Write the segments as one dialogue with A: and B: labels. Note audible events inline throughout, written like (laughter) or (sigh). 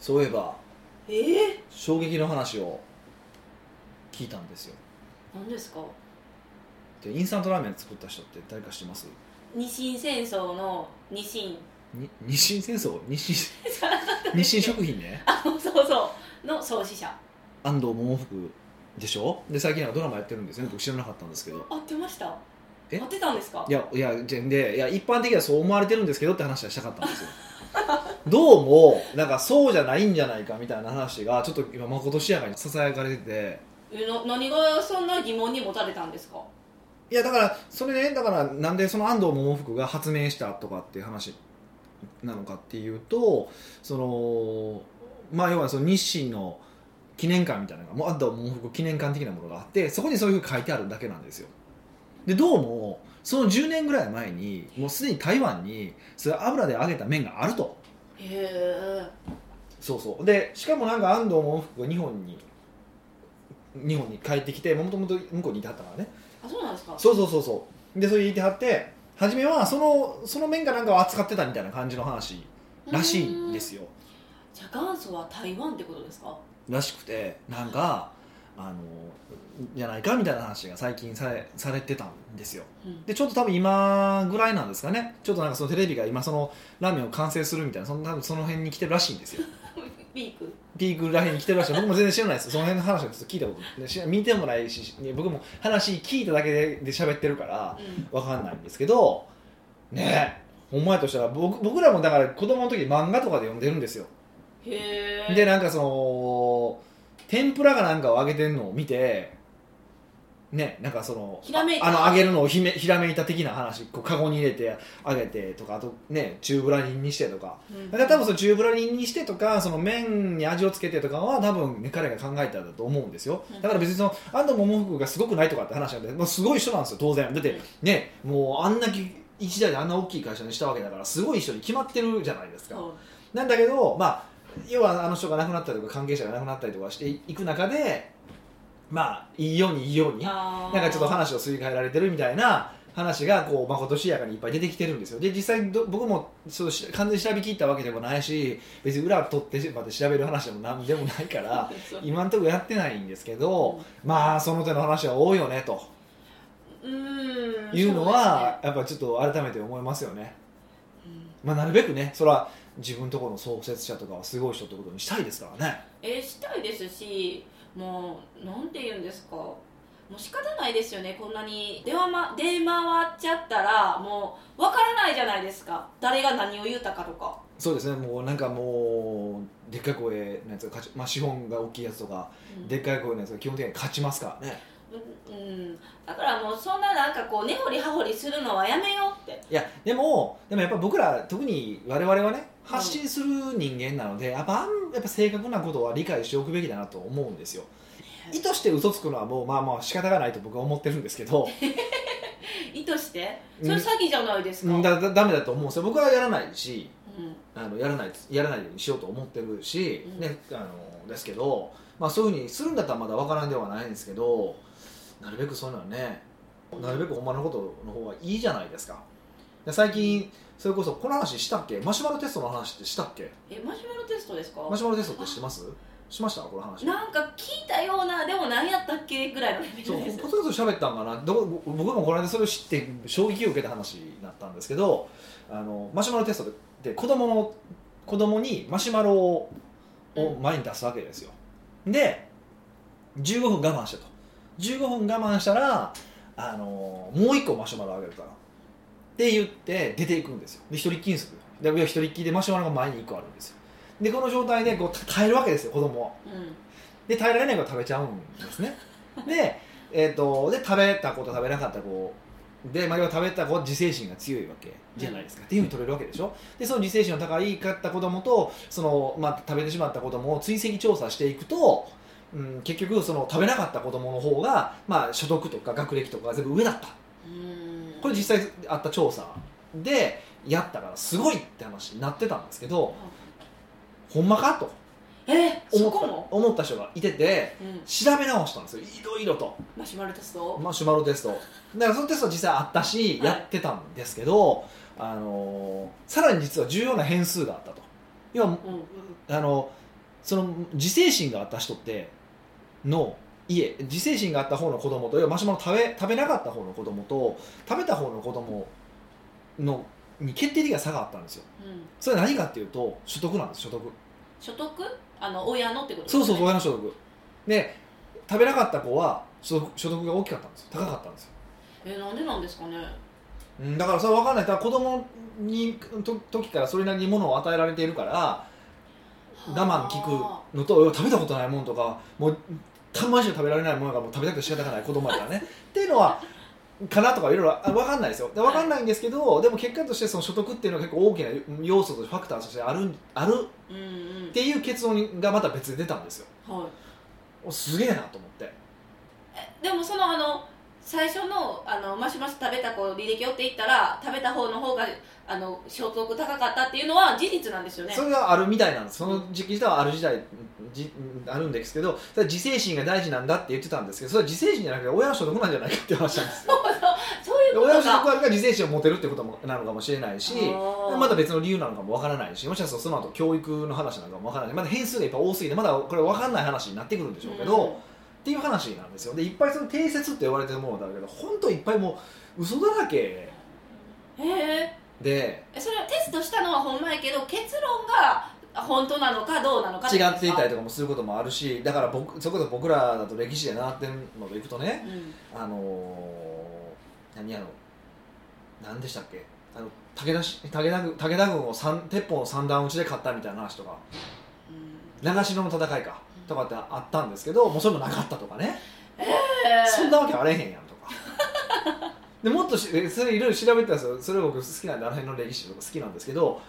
A: そういえば
B: ええ
A: 衝撃の話を聞いたんですよ
B: 何ですか
A: でインスタントラーメン作った人って誰か知ってます
B: 日清戦争の日清 (laughs)
A: に日清戦争日清日清食品ね
B: あそうそうの創始者
A: 安藤桃福でしょで最近なんかドラマやってるんですよね僕知らなかったんですけど
B: 合ってました
A: え
B: 合ってたんですか
A: いやいやじゃでいや一般的にはそう思われてるんですけどって話はしたかったんですよどうもなんかそうじゃないんじゃないかみたいな話がちょっと今まことしやかにささやかれてて
B: えな何がそんな疑問に持たれたんですか
A: いやだからそれねだからなんでその安藤桃福が発明したとかっていう話なのかっていうとそのまあ要はその日清の記念館みたいなのがもう安藤桃福記念館的なものがあってそこにそういうふうに書いてあるだけなんですよでどうもその10年ぐらい前にもうすでに台湾にそれ油で揚げた麺があると
B: へえ
A: そうそうでしかもなんか安藤桃福が日本に日本に帰ってきてもともと向こうにいてはったからね
B: あそうなんですか
A: そうそうそうそうでそれ言ってはって初めはそのその面かなんかを扱ってたみたいな感じの話らしいんですよ
B: じゃあ元祖は台湾ってことですから
A: しくてなんかあのじゃないかみたいな話が最近されされてたんですよ
B: うん
A: でちょっと多分今ぐらいなんですかねちょっとなんかそのテレビが今そのラーメンを完成するみたいなその多分その辺に来てるらしいんですよ
B: (laughs)
A: (laughs)
B: ピーク
A: ピークらへんに来てるらしい僕も全然知らないですその辺の話はちょっと聞いたことないし見てもないし僕も話聞いただけでで喋ってるから
B: うん
A: わかんないんですけどねえお前としたら僕僕らもだから子供の時漫画とかで読んでるんですよ
B: へえ
A: でなんかその天ぷらがなんかを揚げてるのを見てねなんかその
B: ひらめいた
A: あの揚げるのをひめひらめいた的な話こうカゴに入れて揚げてとかあとね中ぶらりんにしてとか
B: うん
A: だから多分その中ぶらりんにしてとかその麺に味をつけてとかは多分、ね、彼が考えたんだと思うんですよ
B: うん
A: だから別にその安藤桃福がすごくないとかって話なんで、まあ、すごい人なんですよ当然だってねもうあんなき一台であんな大きい会社にしたわけだからすごい人に決まってるじゃないですか
B: そう
A: なんだけどまあ要はあの人が亡くなったりとか関係者が亡くなったりとかしていく中でまあいいようにいいように
B: あー
A: なんかちょっと話をすり替えられてるみたいな話がこうまことしやかにいっぱい出てきてるんですよで実際ど僕もそうし完全に調べきったわけでもないし別に裏取ってまで調べる話でも何でもないから
B: (laughs) そう
A: 今んとこやってないんですけどまあその手の話は多いよねと
B: うん
A: いうのはやっぱちょっと改めて思いますよね、
B: そうですねうん
A: まあ、なるべくねそれは自分ところの創設者とかはすごい人ってことにしたいですからね
B: えーしたいですしもうなんて言うんですかもう仕方ないですよねこんなに出回出回っちゃったらもうわからないじゃないですか誰が何を言ったかとか
A: そうですねもうなんかもうでっかい声のやつが勝ち、まあ、資本が大きいやつとか
B: うん
A: でっかい声のやつが基本的に勝ちますからね
B: うんうんだからもうそんななんかこう根掘り葉掘りするのはやめようって
A: いやでもでもやっぱ僕ら特に我々はね発信する人間なので、やっぱあんやっぱ正確なことは理解しておくべきだなと思うんですよ意図して嘘つくのはもうまあまあ仕方がないと僕は思ってるんですけど
B: 意図して
A: う
B: (laughs) そ
A: ん
B: れ詐欺じゃないですか、
A: うん
B: うん
A: だだダメだと思うんですよ僕はやらないしあのやらないやらないようにしようと思ってるし、
B: うん
A: ね、あのですけど、まあ、そういうふうにするんだったらまだわからんではないんですけどなるべくそういうのはねなるべくほんまのことの方がいいじゃないですかで最近それこそこの話したっけマシュマロテストの話ってしたっけ
B: えマシュマロテストですか
A: マシュマロテストって知ってますしましたこの話
B: なんか聞いたようなでも何やったっけぐらいのレベ
A: そう
B: ルです
A: ポツポツ喋ったんかなどこ僕もこの間それを知って衝撃を受けた話だったんですけどあのマシュマロテストで子供の子供にマシュマロをを前に出すわけですよで15分我慢したと15分我慢したらあのもう一個マシュマロあげるからって言って出ていくんですよで一人っきりにするで一人っきりでマシュマロが前に一個あるんですよでこの状態でこう耐えるわけですよ子供は
B: うん
A: で耐えられないこと食べちゃうんですねで,、えー、とで食べたこと食べなかった子で、まあ、要は食べた子は自制心が強いわけじゃないですか、っていうふうに取れるわけでしょでその自制心の高いかった子供とその、まあ、食べてしまった子供を追跡調査していくと、うん、結局その食べなかった子供の方が、まあ、所得とか学歴とかが全部上だった
B: うん
A: これ実際あった調査でやったからすごいって話になってたんですけどほんまかと
B: え
A: 思
B: そ
A: っ
B: こ
A: た
B: も、
A: 思った人がいてて
B: うん、
A: 調べ直したんですよいろいろと
B: マシュマロテスト
A: マシュマロテストだからそのテストは実際あったし、
B: はい
A: やってたんですけど、あのーさらに実は重要な変数があったと要は、
B: うん
A: あのその自制心があった人っての家自制心があった方の子供と要はマシュマロ食べ食べなかった方の子供と食べた方の子供のに決定的な差があったんですよ
B: うん、
A: それは何かっていうと所得なんです所得
B: 所得あの親のってことです
A: そ
B: ね
A: うそう親の所得で食べなかった子は所得所得が大きかったんですよ高かったんですよ
B: えなんでなんですかね
A: うんだからそれは分かんないただ子供にと時からそれなりにものを与えられているから我慢
B: は
A: 聞くのと食べたことないもんとかもうたまにしか食べられないものがもう食べたくて仕方がない子供だからねっていうのはかなとかいろいろ分かんないですよで分かんないんですけど、でも結果としてその所得っていうのは結構大きな要素としてファクターとしてあるある
B: あうんうん
A: っていう結論がまた別で出たんですよ
B: はい
A: おすげえなと思って
B: でもそのあの最初のあのマシュマシ食べた子履歴を追っていったら食べた方の方があの所得高かったっていうのは事実なんですよね
A: それがあるみたいなんですその時期自体はある時代じあるんですけどそれは自制心が大事なんだって言ってたんですけどそれは自制心じゃなくて親の所得なんじゃないかっていう話なんですよ
B: (laughs) そういう
A: で
B: こと
A: 親
B: が
A: の所得あるから自制心を持てるってこともなのかもしれないし
B: あー
A: また別の理由なのかもわからないしもしかしたらその後教育の話なんかもわからないまだ変数がいっぱい多すぎてまだこれわかんない話になってくるんでしょうけど、
B: うん
A: っていう話なんですよでいっぱいその定説って言われてるものだけど本当いっぱいもう嘘だらけ
B: へ
A: で
B: えそれはテストしたのはほんまやけど結論が本当なのかどうなのか
A: 違っていたり
B: と
A: とかもすることもあるしだから僕それこそ僕らだと歴史で習ってるのでいくとねあのー、何あの何でしたっけあの武田し武田軍武田軍を三鉄砲の三段打ちで勝ったみたいな話とか長篠の戦いかとかってあったんですけどもうそれもなかったとかねそんなわけあれへんやんとか (laughs) でもっとしそれいろいろ調べてたんですよそれ僕好きなんであの辺の歴史とか好きなんですけど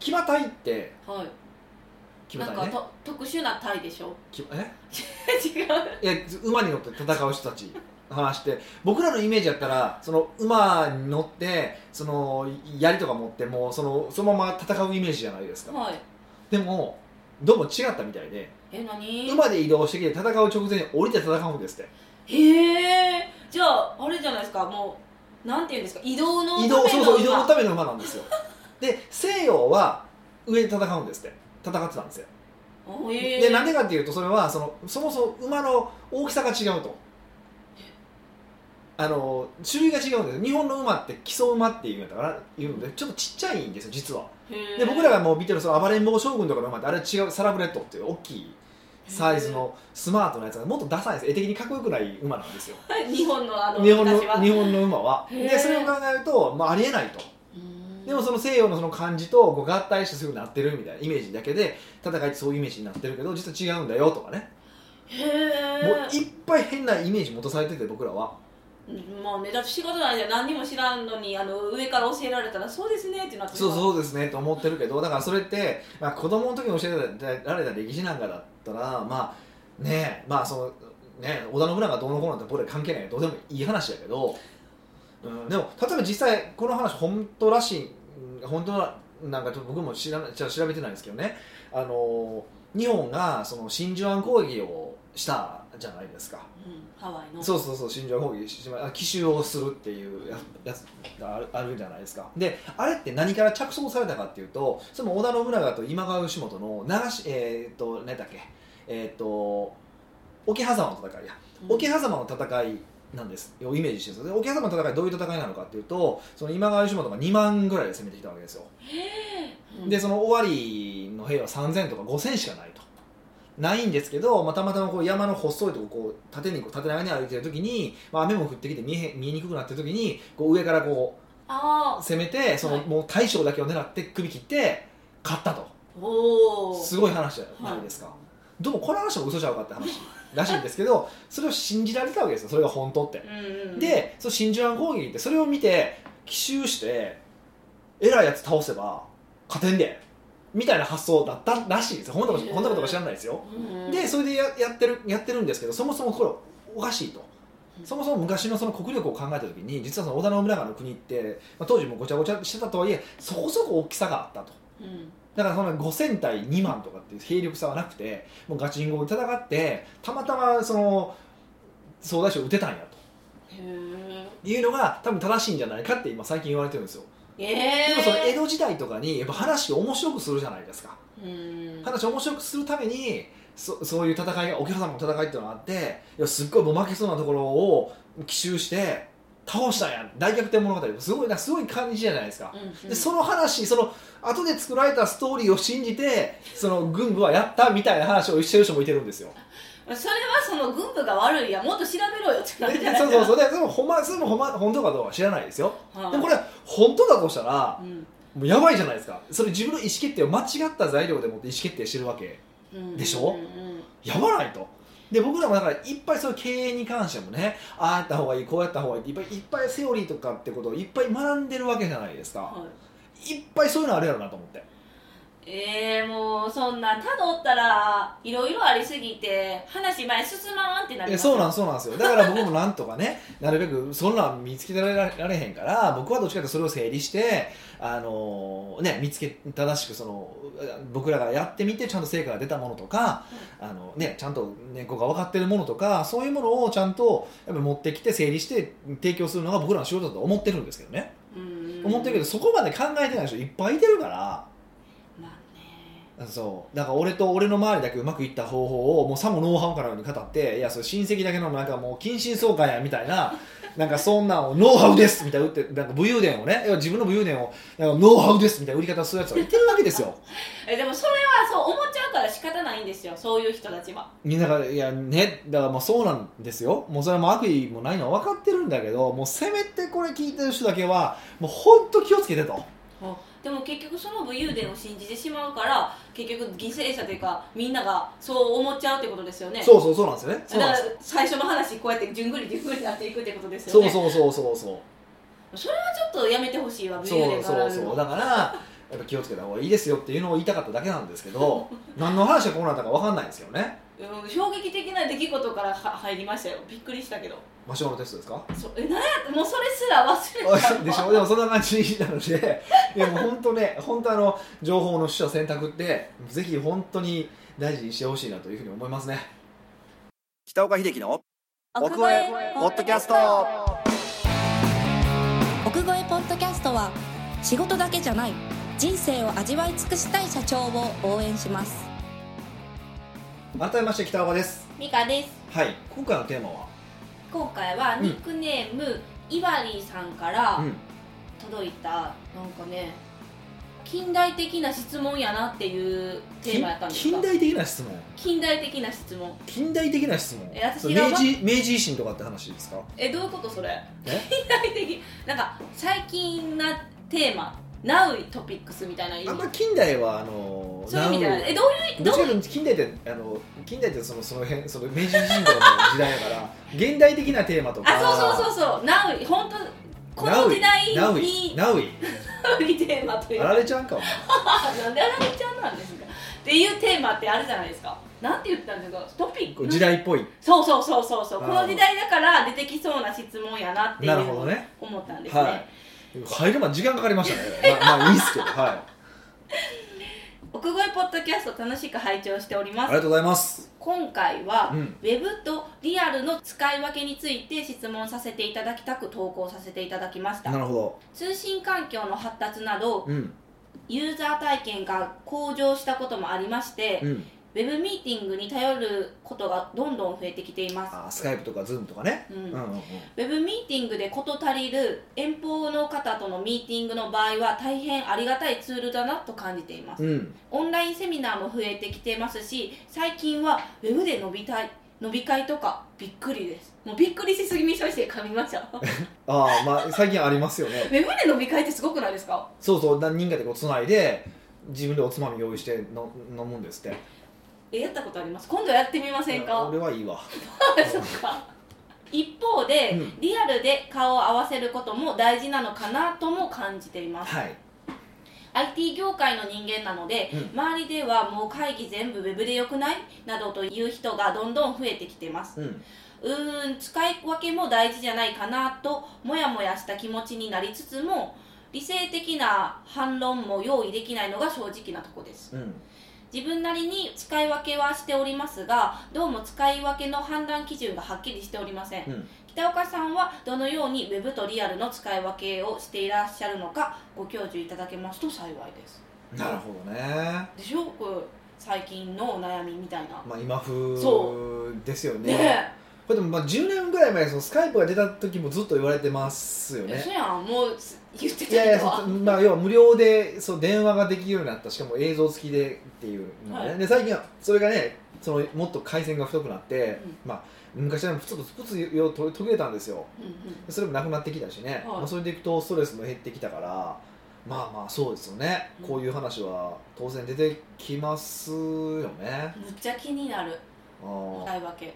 A: 騎馬隊って
B: はい
A: 騎馬
B: なん
A: 隊
B: か
A: ね
B: と特殊な体でしょ (laughs)
A: 騎馬え
B: 違う
A: いや馬に乗って戦う人たちの話して僕らのイメージやったらその馬に乗ってその槍とか持ってもうそのそのまま戦うイメージじゃないですか、
B: はい
A: でもどうも違ったみたいで
B: え何
A: 馬で移動してきて戦う直前に降りて戦うんですって
B: へえじゃああれじゃないですかもうなんていうんですか移動の
A: 移動そうそう移動の
B: た
A: ための馬なんですよで西洋は上で戦うんですって戦ってたんですよ
B: めへえ
A: でなんでかっていうとそれはそのそもそも馬の大きさが違うとあの種類が違うんですよ日本の馬って基礎馬っていうのだからいうのでちょっとちっちゃいんですよ実は
B: へー
A: で僕らがもう見てるその暴れん坊将軍とかの馬ってあれ違うサラブレッドっていう大きいサイズのスマートなやつがもっとダサいんです絵的にかっこよくない馬なんですよ
B: へー (laughs) 日本のあの
A: 日本の
B: 昔は
A: 日本の馬は
B: へー
A: でそれを考えると、まあ、ありえないと
B: うーん
A: でもその西洋のその感じとこう合体してすぐなってるみたいなイメージだけで戦いってそういうイメージになってるけど実は違うんだよとかね
B: へ
A: もう
B: え
A: いっぱい変なイメージ持たされてて僕らは
B: まあ目立つ仕事なんじゃ何にも知らんのにあの上から教えられたらそうですねってなって
A: そう
B: う
A: そうですねと思ってるけどだからそれって、まあ、子供の時に教えられた歴史なんかだったらまあねえまあそのね織田信長がどうのこうのって僕ら関係ないからどうでもいい話やけど、うん、でも例えば実際この話本当らしいうん本当ななんかちょっと僕も知らなちょっと調べてないんですけどねあの日本がその真珠湾攻撃をしたじゃないですか。
B: うんハワイの
A: そうそうそう真珠湾攻撃しまあ奇襲をするっていうややつがあるあるじゃないですかであれって何から着想されたかっていうとそれも織田信長と今川義元の長しえーっと何だっけえーっと桶狭間の戦いや
B: うん
A: 桶狭間の戦いなんですをイメージしてるんですよで桶狭間の戦いどういう戦いなのかっていうとその今川義元が2万ぐらいで攻めてきたわけですよ
B: うん
A: でその尾張の兵は3000とか5000しかないとないんですけど、まあ、たまたまこう山の細いとここう縦にこう縦長に歩いてる時に、まあ、雨も降ってきて見えへん見えにくくなってる時にこう上からこう
B: あ
A: 攻めてその
B: はい
A: もう大将だけを狙って首切って勝ったと
B: あおお
A: すごい話じゃないですか、どうもこの話も嘘ちゃうかって話らしいんですけどそれを信じられたわけですよそれが本当って
B: うんうん
A: でその真珠湾攻撃ってそれを見て奇襲して偉いやつ倒せば勝てんでみたいな発想だったらしいんですよ本当か
B: へー
A: 本当かとか知らないですよ
B: うんうん
A: でそれでややってるやってるんですけどそもそもこれおかしいと。そもそも昔のその国力を考えた時に実はその織田信長の国って、まあ、当時もごちゃごちゃしてたとはいえそこそこ大きさがあったと
B: うん
A: だからその5000対2万とかっていう兵力差はなくてもうガチンコで戦ってたまたまその総大将を撃てたんやと
B: へえ
A: いうのが多分正しいんじゃないかって今最近言われてるんですよ
B: え
A: で
B: え
A: もその江戸時代とかにやっぱ話を面白くするじゃないですか
B: うん
A: 話を面白くするためにそそういう戦いがお客様の戦いっていうのがあっていやすっごいもう負けそうなところを奇襲して倒したんや大逆転物語すごいなすごい感じじゃないですか、
B: うん
A: でその話その後で作られたストーリーを信じてその軍部はやったみたいな話をしてる人もいてるんですよ
B: それはその軍部が悪いやもっと調べろよってなるじゃ
A: で
B: ない
A: そう
B: です
A: そう
B: か
A: そうででもほんまそれもほんま本当かどうかは知らないですよ
B: はい
A: でもこれ本当だとしたら
B: うん
A: もうやばいじゃないですかそれ自分の意思決定を間違った材料でもって意思決定してるわけ
B: うん
A: でしょ
B: うんうん
A: やばないとで僕らもだからいっぱいそういう経営に関してもねああやった方がいいこうやった方がいいっていっぱいいっぱいセオリーとかってことをいっぱい学んでるわけじゃないですか
B: はい
A: いっぱいそういうのあるやろなと思って
B: えー、もうそんなたどったらいろいろありすぎて話前進まんってなり
A: え
B: ます
A: そうなん
B: ん
A: そうなんですよだから僕もなんとかね (laughs) なるべくそんなん見つけられられへんから僕はどっちかというとそれを整理して、あのーね、見つけ正しくその僕らがやってみてちゃんと成果が出たものとか、あのね、ちゃんと根っこが分かってるものとかそういうものをちゃんとやっぱり持ってきて整理して提供するのが僕らの仕事だと思ってるんですけどね、思ってるけどそこまで考えてない人いっぱいいてるから。
B: まあ
A: そうだから俺と俺の周りだけうまくいった方法をもうさもノウハウからに語っていやそれ親戚だけのなんかもう近親相関やみたいな (laughs) なんかそんなんをノウハウですみたいな打ってなんか武勇伝をねいや自分の武勇伝をなんかノウハウですみたいな売り方するやつがいてるわけです
B: (laughs)
A: よ
B: ねえでもそれはそう思っちゃうから仕方ないんですよそういう人たちは
A: みんながいやねだからもうそうなんですよもうそれはもう悪意もないのは分かってるんだけどもうせめてこれ聞いてる人だけはもう本当気をつけてと
B: でも結局その武勇伝を信じてしまうから結局犠牲者というかみんながそう思っちゃうってことですよね
A: そうそうそうなんですよねそう
B: だ
A: なん
B: か
A: で
B: ら
A: すよ
B: 最初の話こうやってじゅんぐりじゅんぐりなっていくってことですよ
A: そう
B: ね
A: そうそうそうそう
B: ちょっとやめてほしいわ武勇
A: そう
B: 伝が
A: そう
B: らう
A: そう
B: の
A: だからやっぱ気をつけた方がいいですよっていうのを言いたかっただけなんですけ
B: (laughs)
A: ど何の話がこうなったか分かんないんですよね
B: うん衝撃的な出来事からは入りましたよびっくりしたけど
A: 魔性のテストです
B: (laughs)
A: か
B: そえなんやもうそれすら忘れちゃ
A: (laughs)
B: う
A: でしょでもそんな感じなので (laughs) いやもう本当ね本当あの情報の取捨選択ってぜひ本当に大事にしてほしいなというふうに思いますね北岡秀樹の奥越えポッドキャスト
C: 奥越えポッドキャストは仕事だけじゃない人生を味わい尽くしたい社長を応援します
A: 改めまして北岡です
B: ミカです
A: はい今回のテーマは
B: 今回はニックネーム、イワリーさんから
A: うん
B: 届いた、なんかね近代的な質問やなっていうテーマやったんです
A: 近
B: か
A: 代的な質問
B: 近代的な質問
A: 近代的な質問
B: え私
A: それ
B: が
A: 明治明治維新とかって話ですか
B: えどういうことそれ
A: え
B: 近代的なんか最近なテーマ「Now トピックス」みたいな意
A: あんま
B: 味
A: 近代はあの
B: そういう意味じゃないえどういう
A: ど
B: ど
A: っ
B: う
A: ちかというと近代ってあの近代ってそのその辺その明治維新とかの時代だから
B: (laughs)
A: 現代的なテーマとか
B: あそうそうそうそう Now 本当この時代に
A: ナウイナウイ
B: テーマという
A: あ
B: から
A: れちゃんかお
B: なんであられちゃんなんですかっていうテーマってあるじゃないですかなんて言ったんですかトピッ
A: 前
B: ク
A: 時代っぽい
B: そうそうそうそうそう
A: あー
B: この時代だから出てきそうな質問やなっていう
A: なるほどね
B: 思ったんですね、
A: はい入るまで時間かかりましたねまあまあいいですけどはいあ
B: 奥越ポッドキャスト楽しく拝聴しておりま
A: り
B: す
A: がとうございます
B: 今回は、
A: うん
B: ウェブとリアルの使い分けについて質問させていただきたく投稿させていただきまし
A: な
B: た
A: るほ
B: 通信環境の発達など
A: どうん
B: ユーザー体験が向上したこともありまして、
A: うん
B: ウェブミーティングに頼ることがどんどん増えてきています、
A: あスカイプとかズームとかね
B: うん
A: うんうんうん
B: ウェブミーティングで事足りる遠方の方とのミーティングの場合は大変ありがたいツールだなと感じています
A: うん
B: オンラインセミナーも増えてきてますし最近はウェブで伸びたい飲み会とかびっくりですもうびっくりしすぎみそして噛みました
A: (laughs)
B: ウェ
A: ああまあ最近ありますよね
B: ブで飲み会ってすごくないですか
A: そうそう何人かでこうつないで自分でおつまみ用意しての飲むんですって
B: えやったことあります今度やってみません
A: いや
B: か
A: 俺はいいわ
B: (laughs) そっか一方で、
A: うん
B: リアルで顔を合わせることも大事なのかなとも感じています
A: はい
B: IT 業界の人間なので、
A: う
B: 周りではもう会議全部ウェブでよくないなどという人がどんどん増えてきてます
A: うん
B: うーん使い分けも大事じゃないかなともやもやした気持ちになりつつも理性的な反論も用意できないのが正直なとこです
A: うん
B: 自分なりに使い分けはしておりますがどうも使い分けの判断基準がはっきりしておりません
A: うん
B: 北岡さんはどのようにウェブとリアルの使い分けをしていらっしゃるのかご教授いただけますと幸いです
A: なるほどね、
B: でしょこれ最近のお悩みみたいな
A: まあ、今
B: そ
A: 風ですよね
B: ね
A: これでもまあ10年ぐらい前そのスカイプが出た時もずっと言われてますよ
B: えそ
A: ね
B: やんもうす言ってた
A: いやいや
B: けど
A: そうまあ、要は無料でそう電話ができるようになったしかも映像付きでっていうのがね、
B: はい
A: で最近はそれがねそのもっと回線が太くなって、
B: う
A: まあ、昔はプツプツプツよと途切れたんですよ
B: うんうん
A: それもなくなってきたしね、
B: はい
A: まあ、それでいくとストレスも減ってきたからまあまあそうですよね、
B: うん
A: こういう話は当然出てきますよね、
B: むっちゃ気になる
A: あー
B: 使い分け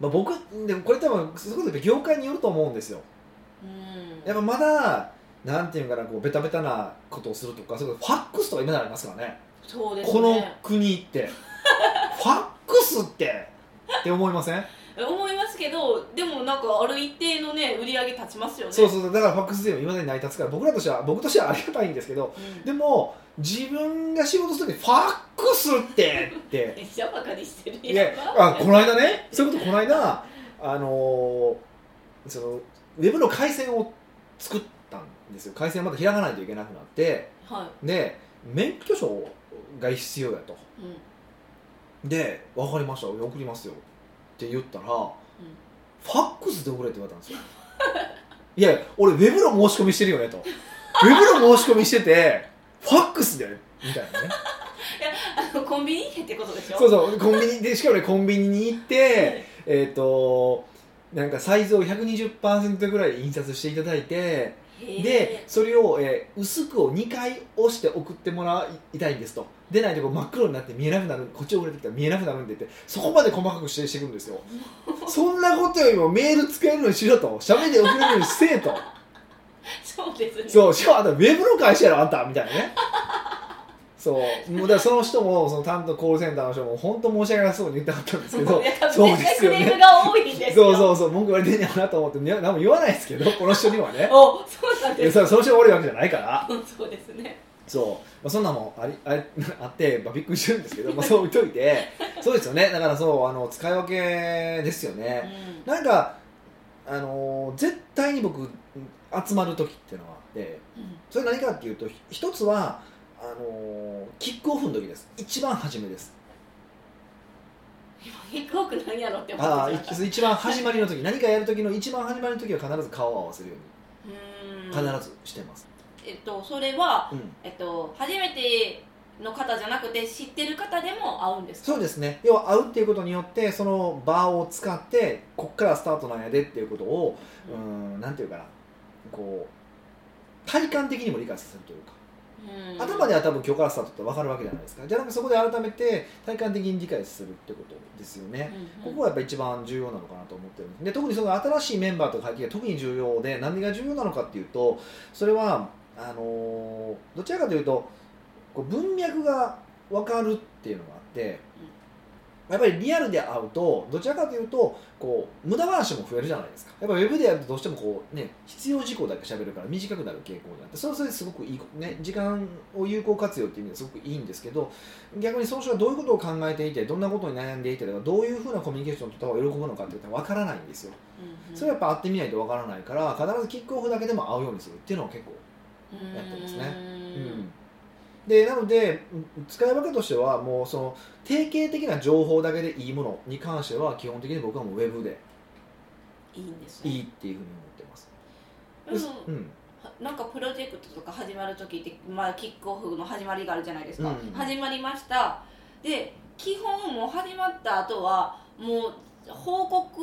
A: まあ、僕でもこれ多分それこそやっぱ業界によると思うんですよ
B: うん
A: やっぱまだなんていうのかなこうベタベタなことをするとかそれこそファックスとか今なりますからね
B: そうです
A: こ
B: ね
A: の国って
B: (laughs)
A: ファックスってって思いません
B: 思いますけどでもなんかある一定のね売り上げ立ちますよね
A: そうそうそうだからファックスでも今まで成り立つから僕らとしては僕としてはありがたいんですけど
B: うん
A: でも自分が仕事する時ファックスってって
B: めっちゃバカにしてる
A: いやあこの間ねそういうことこの間あのーそのウェブの回線を作ったんですよ回線をまた開かないといけなくなって
B: は
A: で免許証が必要やと
B: い、うん、
A: で「分かりました俺送りますよ」って言ったら、ファックスで送れって言われたんですよいや俺ウェブの申し込みしてるよねとウェブの申し込みしててファックスでみたいなね
B: あのコンビニ行けってことでしょ
A: そうそうコンビニでしかもねコンビニに行ってえっ、となんかサイズを120%ぐらい印刷していただいて
B: へえ
A: でそれを、えー薄くを2回押して送ってもらいたいんですと出ないとこ真っ黒になって見えなくなるこっち送れてきたら見えなくなるんでってそこまで細かく指定してくるん
B: (laughs)
A: ですよそんなことよりもメール使えるようにしろと写メで送れるようにせ
B: (laughs)
A: えと
B: そうですね
A: そうしかもあんたウェブの会社やろあんたみたいなねそうもうだからその人もその担当コールセンターの人も本当申し訳なさそうに言ってなかったんですけど
B: (laughs) いや多分
A: そう
B: 絶
A: で
B: 対
A: すよ
B: ク
A: ね
B: レームが多いんですよ
A: そうそうそう文句言われてんやろなと思っていや何も言わないですけ
B: (laughs)
A: どこの人にはね
B: おそうなん
A: いや
B: です
A: それその人が悪いわけじゃないから
B: うんそうですね
A: そう、まあ、そんなもんありあり (laughs) あって、まあ、びっくりしてるんですけど、まあ、そう置いといてそうですよねだからそうあの使い分けですよ
B: う
A: ね、
B: ん
A: なんかあのー絶対に僕集まる時っていうのがあって
B: うん
A: それ何かっていうとひ一つはあのーキックオフの時です一番初めです
B: ヒックホック何やろって思って
A: ああ
B: ました
A: 一一番始まりの時何かやる時の一番始まりの時は必ず顔を合わせるよ
B: うん
A: うに必ずしてます、
B: えっとそれは
A: うん
B: えっと初めての方じゃなくて知ってる方でも会うんですか
A: そうですね要は会うっていうことによってその場を使ってこっからスタートなんやでっていうことをうーんなんていうかなこう体感的にも理解させるというか、
B: うん
A: 頭では多分今日からスタートって分かるわけじゃないですかじゃなくてそこで改めて体感的に理解するってことですよね、ここはやっぱ一番重要なのかなと思ってるんですで特にその新しいメンバーと会計が特に重要で何が重要なのかっていうとそれはあのーどちらかというとこう文脈が分かるっていうのがあってやっぱりリアルで会うとどちらかというとこう無駄話も増えるじゃないですかやっぱウェブでやるとどうしてもこう、ね、必要事項だけ喋るから短くなる傾向になってそれはそれですごくいい、ね、時間を有効活用っていう意味ですごくいいんですけど逆にその人がどういうことを考えていてどんなことに悩んでいてとかどういうふうなコミュニケーションを取った方が喜ぶのかっていうのは分からないんですよ、
B: うんうん
A: それはやっぱ会ってみないと分からないから必ずキックオフだけでも会うようにするっていうのは結構、やってますねうんでなのでうん使い分けとしてはもうその定型的な情報だけでいいものに関しては基本的に僕はもうウェブで
B: いいんですね
A: いいっていうふうに思ってます、
B: でも
A: うん
B: なんかプロジェクトとか始まる時って、まあ、キックオフの始まりがあるじゃないですか、
A: うん
B: 始まりましたで基本もう始まった後はもう報告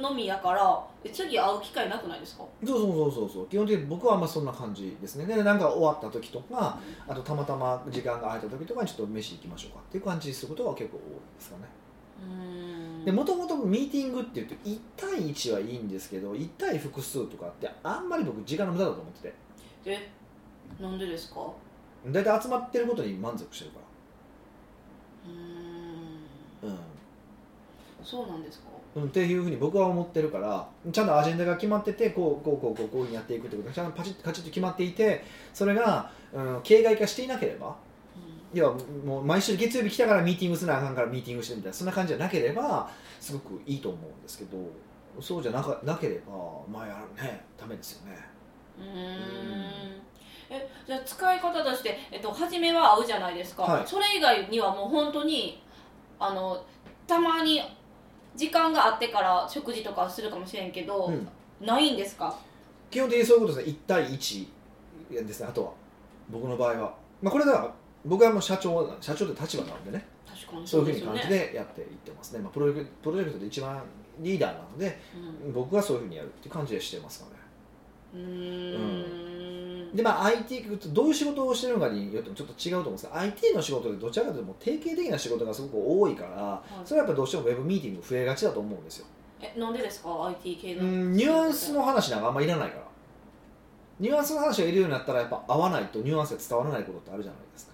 B: のみやからえ次会う機会なくないですか
A: そうそうそうそうそう基本的に僕はあんまそんな感じですねでなんか終わった時とかあとたまたま時間が空いた時とかにちょっと飯行きましょうかっていう感じにすることは結構多いですかね
B: うん
A: でもともとミーティングっていうと1対1はいいんですけど1対複数とかってあんまり僕時間の無駄だと思ってて
B: えなんでですか
A: 大体集まってることに満足してるか
B: うん
A: ら、
B: そうなんですか
A: うんっていうふうに僕は思ってるからちゃんとアジェンダが決まっててこうこうこうこうこういうふうにやっていくってことがちゃんとパチッとカチッと決まっていてそれが、うん、形骸化していなければ
B: うん
A: いやもう毎週月曜日来たからミーティングすなあかんからミーティングしてみたいなそんな感じじゃなければすごくいいと思うんですけどそうじゃなかなければまあやるねダメですよね
B: うーんえじゃあ使い方として、えっと、初めは会うじゃないですか、
A: はい
B: それ以外にはもう本当にあのたまに時間があってから食事とかするかもしれんけど、
A: うん
B: ないんですか
A: 基本的にそういうことですね1対1ですねあとは僕の場合は、まあ、これだから僕はもう社長なん社長って立場なんでね
B: 確かに
A: そういうふ
B: です
A: う
B: よ
A: に感
B: ね
A: じでやっていってますね、まあ、プロジェクプロジェクトで一番リーダーなので僕はそういうふうにやるっていう感じでしてますかね
B: うんうーん
A: でまあ IT とどういう仕事をしてるのかによってもちょっと違うと思うんですけど IT の仕事でどちらかというともう定型的な仕事がすごく多いからそれはやっぱどうしてもウェブミーティング増えがちだと思うんですよ、
B: えなんでですか IT 系
A: う
B: の
A: ん、ニュアンスの話なんかあんまいらないからニュアンスの話がいるようになったらやっぱ合わないとニュアンスが伝わらないことってあるじゃないですか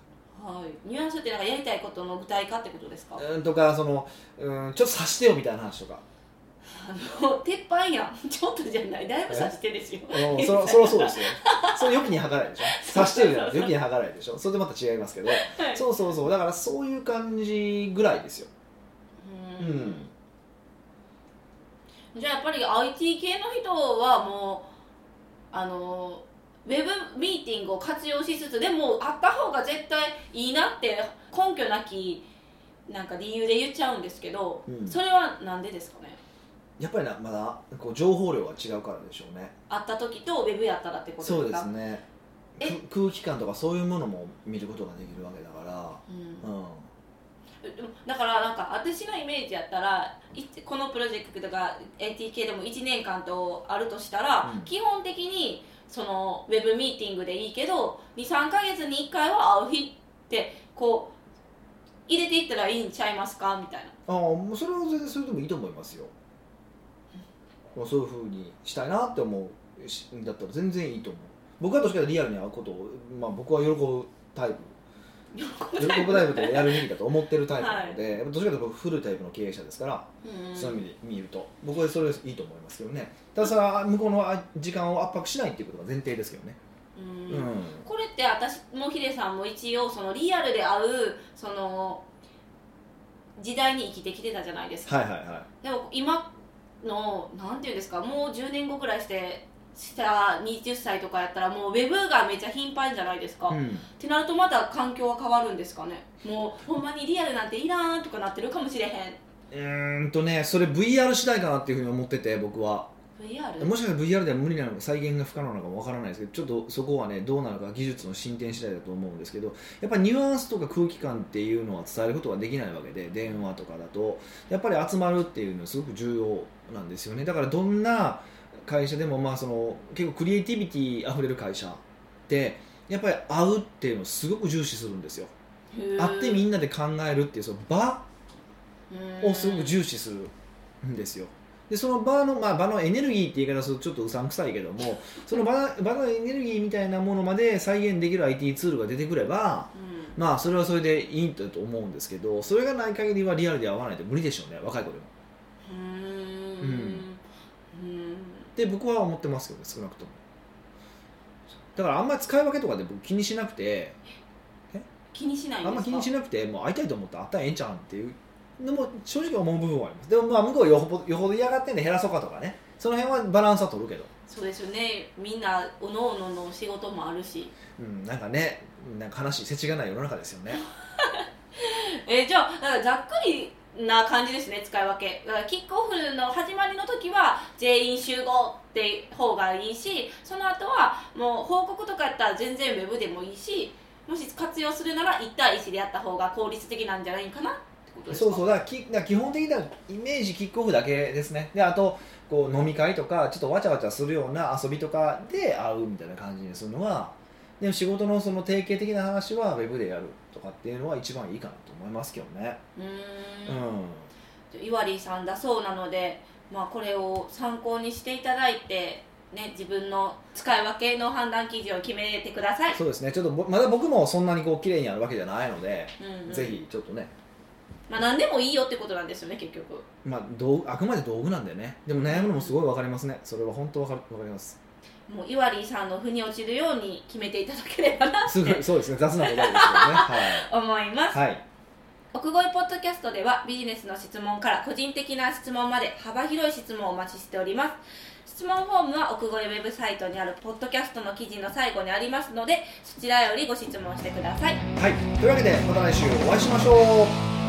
B: はいニュアンスってなんかやりたいことの具体化ってことですか
A: うんとかそのうんちょっと察してよみたいな話とか
B: あの鉄板やん (laughs) ちょっとじゃないだいぶ察してですよ
A: うんそらそらそうですよそれ良きに計らいでしょ察してるじゃない良きに計らいでしょそれでまた違いますけど
B: はい
A: そうそうそうだからそういう感じぐらいですよ
B: う
A: うん
B: じゃあやっぱり IT 系の人はもうあのウェブミーティングを活用しつつでもあった方が絶対いいなって根拠なきなんか理由で言っちゃうんですけど、
A: うん
B: それはなんでですかね
A: やっぱりなまだこう情報量が違うからでしょうね
B: 会った時とウェブやったらってことですか
A: そうですね
B: え
A: く空気感とかそういうものも見ることができるわけだか
B: うん
A: ら、うん、
B: でもだからなんか私のイメージやったらいこのプロジェクトが ATK でも1年間とあるとしたら、
A: うん
B: 基本的にそのウェブミーティングでいいけど23か月に1回は会う日ってこう入れていったらいいんちゃいますかみたいな
A: ああもうそれは全然それでもいいと思いますよもうそういうふうにしたいなって思うしだったら全然いいと思う僕はどっちかというとリアルに会うことを、まあ、僕は喜ぶタイ
B: (laughs)
A: プ喜ぶタイプでやるべきだと思ってるタイプなので、やっぱどっちかというと僕フルタイプの経営者ですから、
B: うん
A: そういう意味で見ると僕はそれいいと思いますけどねただそれは向こうのあ時間を圧迫しないっていうことが前提ですけどね
B: うん
A: うん
B: これって私もヒデさんも一応そのリアルで会うその時代に生きてきてたじゃないですか、
A: はいはいは
B: でも今のなんていうんですかもう10年後ぐらいしてした20歳とかやったらもうウェブがめっちゃ頻繁じゃないですか、
A: い、
B: っ
A: ん、
B: てなるとまた環境は変わるんですかねもうほんまにリアルなんていらんとかなってるかもしれへん
A: うーんとねそれ VR 次第かなっていうふうに思ってて僕は
B: VR?
A: もしかしたら VR では無理なのか再現が不可能なのかもわからないですけどちょっとそこはねどうなのか技術の進展次第だと思うんですけどやっぱりニュアンスとか空気感っていうのは伝えることはできないわけで電話とかだとやっぱり集まるっていうのはすごく重要なんですよねだからどんな会社でもまあその結構クリエイティビティあふれる会社ってやっぱり会うっていうのをすごく重視するんですよ会ってみんなで考えるっていうその場をすごく重視するんですよ。でその場の,、まあ、場のエネルギーって言い方するとちょっとうさんくさいけどもその場場のエネルギーみたいなものまで再現できる IT ツールが出てくれば、
B: うん
A: まあ、それはそれでいいんだと思うんですけどそれがない限りはリアルで合わないと無理でしょうね若い子でも。
B: うーん
A: う
B: うん
A: って僕は思ってますけどね少なくとも。だからあんまり使い分けとかで僕気にしなくて
B: 気にしないん
A: あんま気にし
B: ない
A: なくてもう会いたいと思ったら会ったらええんちゃうんっていうのも正直思う部分はありますでもまあ向こうはよほどよほど嫌がってんで減らそうかとかねその辺はバランスは取るけど、
B: そうですよねみんなおのおのの仕事もあるし
A: うん、なんかねなんか話せちがない世の中ですよね
B: えーじゃあだからざっくりな感じですね使い分けだからキックオフの始まりの時は全員集合って方がいいしその後はもう報告とかやったら全然ウェブでもいいしもし活用するなら1対1でやった方が効率的なんじゃないかなってことです
A: そ
B: か
A: うそうだからきだから基本的なイメージキックオフだけですねであとこう飲み会とかちょっとわちゃわちゃするような遊びとかで会うみたいな感じにするのはでも仕事のその定型的な話はウェブでやるとかっていうのは一番いいかなと思いますけどね
B: うー
A: うんん
B: いわりさんだそうなので、まあ、これを参考にしていただいて、ね、自分の使い分けの判断基準を決めてください、
A: そうですねちょっとぼまだ僕もそんなにこう綺麗にやるわけじゃないので、
B: うんうん
A: ぜひちょっとね、
B: まあ、何でもいいよってことなんですよね結局
A: まあ、道具あくまで道具なんだよねでも悩むのもすごい分かりますねそれは本当分かるわかります
B: もうイワリーさんの腑に落ちるように決めていただければなっ
A: す
B: て
A: ぐそうですね雑な答えですけどねは
B: 思います
A: い、はい、
B: 奥越ポッドキャストではビジネスの質問から個人的な質問まで幅広い質問をお待ちしております質問フォームは奥越ウェブサイトにあるポッドキャストの記事の最後にありますのでそちらよりご質問してください
A: はい、というわけでまた来週お会いしましょう